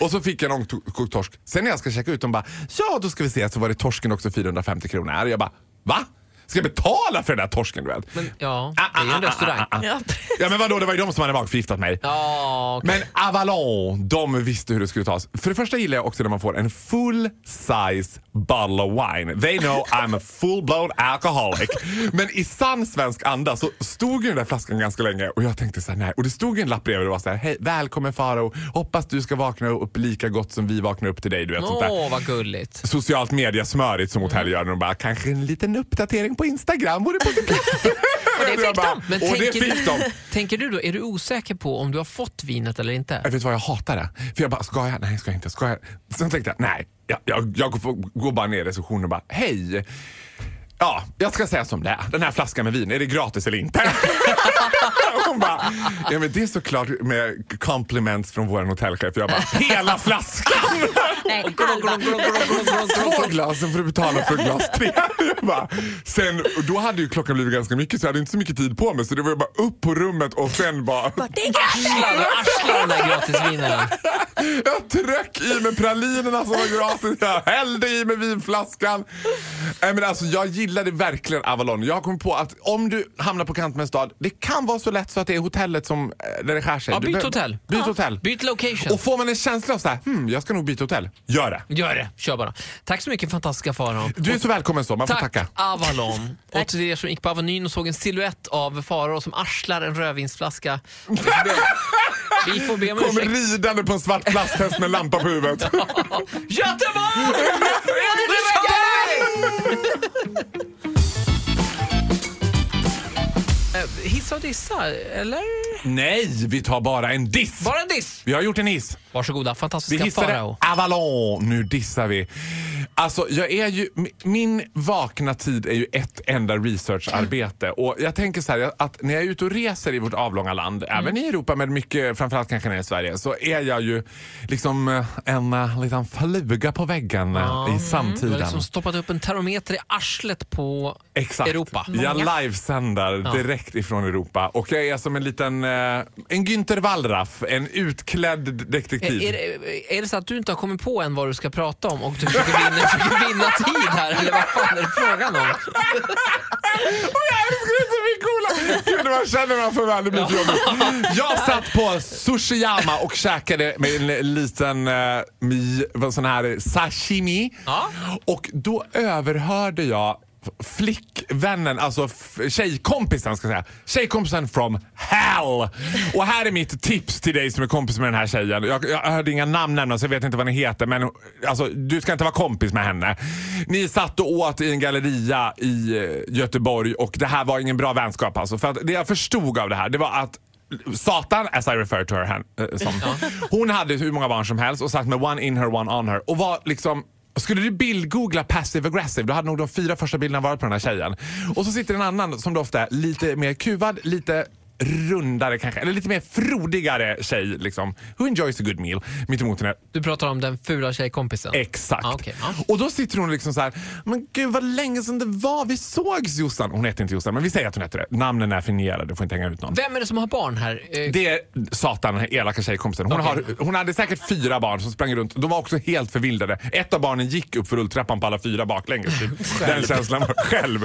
Och så fick jag en ångkokt torsk. Sen när jag ska checka ut, de bara “Ja, då ska vi se” så var det torsken också 450 kronor. Jag bara “Va?” Ska jag betala för den där torsken du vet? Ah, Men,
Ja, det är ju en restaurang.
Ja,
Ja men vadå, det var ju de som hade magförgiftat mig.
Ja, okej.
Men Avalon, de visste hur det skulle tas. För det första gillar jag också när man får en full size bottle of wine. They know I'm a full blown alcoholic. Men i sann svensk anda så stod ju den där flaskan ganska länge och jag tänkte så här, nej. Och det stod ju en lapp bredvid och det var så här, hej välkommen Faro. hoppas du ska vakna upp lika gott som vi vaknar upp till dig. Du vet, sånt
Åh,
där
vad gulligt.
socialt media-smörigt som hotell gör. när De bara, kanske en liten uppdatering på Instagram vore på sin plats. och
det fick de.
Men
och det
tänker,
fick de.
tänker du då, är du osäker på om du har fått vinet eller
Jag
inte?
Äh, vet vad jag hatar det. För jag bara, ska jag? Nej, ska jag inte. Ska jag? Sen tänkte jag, nej. Jag, jag, jag går, går bara ner i receptionen och bara, hej. Ja, jag ska säga som det är. Den här flaskan med vin, är det gratis eller inte? Hon bara, ja men det är såklart med compliments från vår hotellchef. Jag bara, hela flaskan!
Nej,
Två glas för att betala för glas tre. Jag bara, Sen, och då hade ju klockan blivit ganska mycket så jag hade inte så mycket tid på mig. Så det var ju bara upp på rummet och sen bara
Arsla, du arslar de där gratisvinerna.
Jag tryck i mig pralinerna som var gratis. Jag hällde i mig vinflaskan. Nej, men alltså, jag gillade verkligen Avalon. Jag har kommit på att om du hamnar på kant med en stad, det kan vara så lätt så att det är hotellet som, eh, där det skär sig.
Ja,
Du
byt
behöver-
hotell.
Byt hotell.
Byt location.
Och får man en känsla av så här, hmm, jag ska nog byta hotell. Gör det.
Gör det, kör bara. Tack så mycket fantastiska Farao.
Du är så välkommen så, man får
Tack
tacka.
Avalon. Och till er som gick på Avenyn och såg en silhuett av Farao som arslar en rödvinsflaska. Vi får be- Vi får be om
Kommer
ursäkt.
ridande på en svart plasthäst med en lampa på huvudet.
Göteborg! Eh, Hissa och dissa, eller?
Nej, vi tar bara en diss.
Bara en diss!
Vi har gjort en hiss.
Varsågoda,
Vi
fantastiska
hissade
Farao.
Avalon. Nu dissar vi. Alltså, jag är ju, mi- min vakna tid är ju ett enda researcharbete. Och jag tänker så här, att när jag är ute och reser i vårt avlånga land,
Mm.
även i Europa men mycket, framförallt kanske när jag är i Sverige, så är jag ju liksom eh, en eh, liten fluga på väggen eh, i
Du
samtiden.
har liksom stoppat upp en termometer i arslet på
Exakt.
Europa.
Jag livesänder direkt ifrån Europa och jag är som en liten eh, en Günther Wallraff, en utklädd detektiv.
Är, är, det- är det så att du inte har kommit på än vad du ska prata om och du försöker vinna, försöker vinna tid här? Eller vad fan är det frågan om?
Gud, man känner man för väl, det blir för jobbigt. Jag satt på Sushiyama och käkade med en liten eh, mi, vad sån här sashimi.
Ja.
Och då överhörde jag flickvännen, alltså f- tjejkompisen ska jag säga. Tjejkompisen from hell! Och här är mitt tips till dig som är kompis med den här tjejen. Jag, jag hörde inga namn nämnas, jag vet inte vad ni heter men alltså, du ska inte vara kompis med henne. Ni satt och åt i en galleria i eh, Göteborg och det här var ingen bra vänskap alltså. För att det jag förstod av det här, det var att Satan, as I refer to her hen- eh, som. Hon hade hur många barn som helst och satt med one in her, one on her. Och var liksom skulle du bildgoogla passive aggressive, då hade nog de fyra första bilderna varit på den här tjejen. Och så sitter en annan som då ofta är lite mer kuvad, lite rundare kanske, eller lite mer frodigare tjej liksom. Who enjoys a good meal, mitt emot henne.
Du pratar om den fula tjejkompisen?
Exakt.
Ah, okej, ja.
Och då sitter hon liksom så här, men gud vad länge sedan det var vi sågs Jossan. Hon heter inte Jossan, men vi säger att hon heter det. Namnen är finierade, du får inte hänga ut någon.
Vem är det som har barn här? Eh,
Det är Satan, den här elaka tjejkompisen. Hon,
Okej.
har, hon hade säkert fyra barn som sprang runt. De var också helt förvildade. Ett av barnen gick upp för rulltrappan på alla fyra baklänges. Typ. den känslan var själv.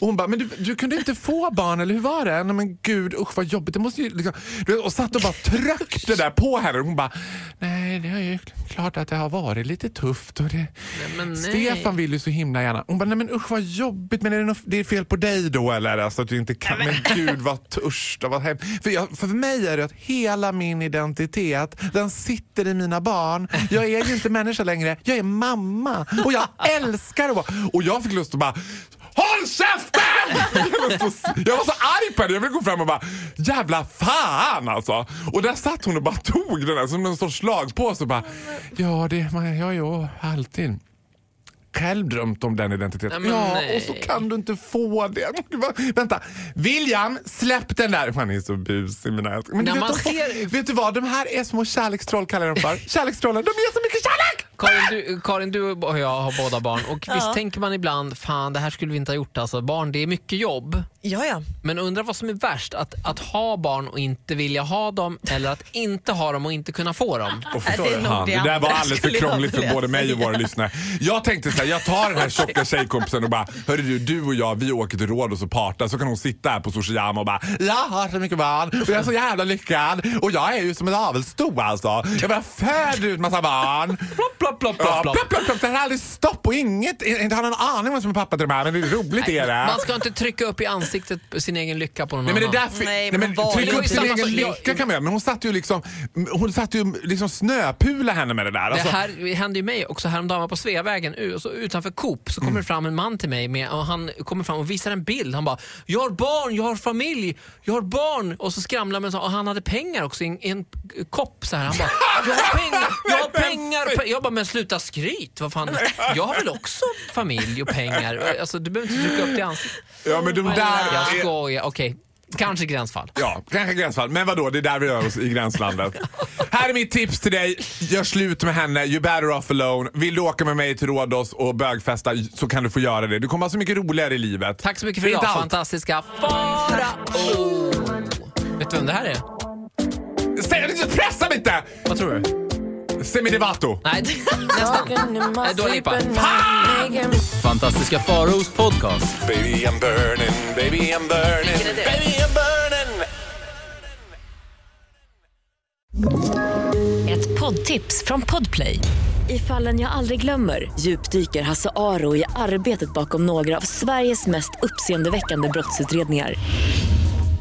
Och hon bara, men du, du kunde inte få barn eller hur var det? Nej men gud usch vad jobbigt. Det måste ju liksom... Du vet, Och satt och bara tryckte där på henne. Hon bara, nej det är ju klart att det har varit lite tufft. Och det...
men nej.
Stefan vill ju så himla gärna. Hon bara, nej men usch vad jobbigt. Men är det, något, det är fel på dig då eller? Alltså att du inte kan. Men gud vad törsta, vad hemskt. För, jag, för mig är det att hela min identitet, den sitter i mina barn. Jag är ju inte människa längre. Jag är mamma. Och jag älskar att vara... Och jag fick lust att bara, HÅLL KÄFTEN! Jag var, så, jag var så arg på henne. Jag ville gå fram och bara, jävla fan alltså. Och där satt hon och bara tog den där som en sorts slagpåse och bara, ja det, man, jag är ju alltid själv drömt om den identiteten.
Nej, men
ja,
nej.
och så kan du inte få det. Du bara, Vänta, William, släpp den där. Han är så busig mina älskar. Men
När
vet,
man
du,
ser-
vet du vad, de här är små kärlekstroll kallar jag dem för. Kärlekstrollen, de ger så mycket kärlek!
Karin, du, Karin, du och jag har båda barn och visst tänker man ibland, fan det här skulle vi inte ha gjort alltså. Barn, det är mycket jobb.
Ja, ja.
Men undrar vad som är värst, att, att ha barn och inte vilja ha dem eller att inte ha dem och inte kunna få dem?
Och
förstår det är du? nog
Han,
det
det där var
andra
alldeles för
skulle jag
krångligt för
vilja
både mig och våra lyssnare. Jag tänkte så här, jag tar den här tjocka tjejkompisen och bara, hörru du, du och jag vi åker till Rhodos och partar så kan hon sitta här på Sociama och bara, jag har så mycket barn och jag är så jävla lyckad och jag är ju som en avelsto alltså. Jag bara föder ut massa barn.
Plopp, plopp, plopp, plopp,
Ja,
plopp.
plopp, plopp, plopp. Det här är aldrig stopp och inget. Jag inte har någon aning om vem som är pappa till de här men det är roligt är det.
Man ska inte trycka upp i ansiktet sin egen lycka på någon
Nej men
annan.
det där fi- nej,
Nej, men
men
vad
tryck
är
upp
det?
sin
Alltså,
egen
jag-
lycka kan man göra. Men hon satt ju liksom, hon satt ju liksom snöpula henne med det där.
Det
Alltså,
här hände ju mig också häromdagen, jag var på Sveavägen u- så utanför Coop så kommer
Mm.
det fram en man till mig med, och han kommer fram och visar en bild. Han bara “Jag har barn, jag har familj, jag har barn” och så skramlar man så, och han hade pengar också i en, i en k- kopp så här. Han bara “Jag har pengar, jag har pengar”. pe-" Jag bara “Men sluta skryt, vad fan, jag har väl också familj och pengar?” Alltså du behöver inte trycka upp det i ansiktet.
ja men de där
Jag
är-
skojar, okej. Kanske gränsfall.
Ja, kanske gränsfall. Men vadå, det är där vi rör oss i gränslandet. Här är mitt tips till dig. Gör slut med henne. You're better off alone. Vill du åka med mig till Rhodos och bögfesta så kan du få göra det. Du kommer ha så mycket roligare i livet.
Tack så mycket
Det
för idag,
är inte allt.
fantastiska Farao! Vet du vem det här är?
Säg- Pressa mig inte!
Vad tror du?
Semi Devato.
Nej, nästan. Nej, Dua Lipa.
Fantastiska Faros podcast.
Baby I'm burning, baby I'm burning, baby I'm burning.
poddtips från Podplay. I fallen jag aldrig glömmer djupdyker Hasse Aro i arbetet bakom några av Sveriges mest uppseendeväckande brottsutredningar.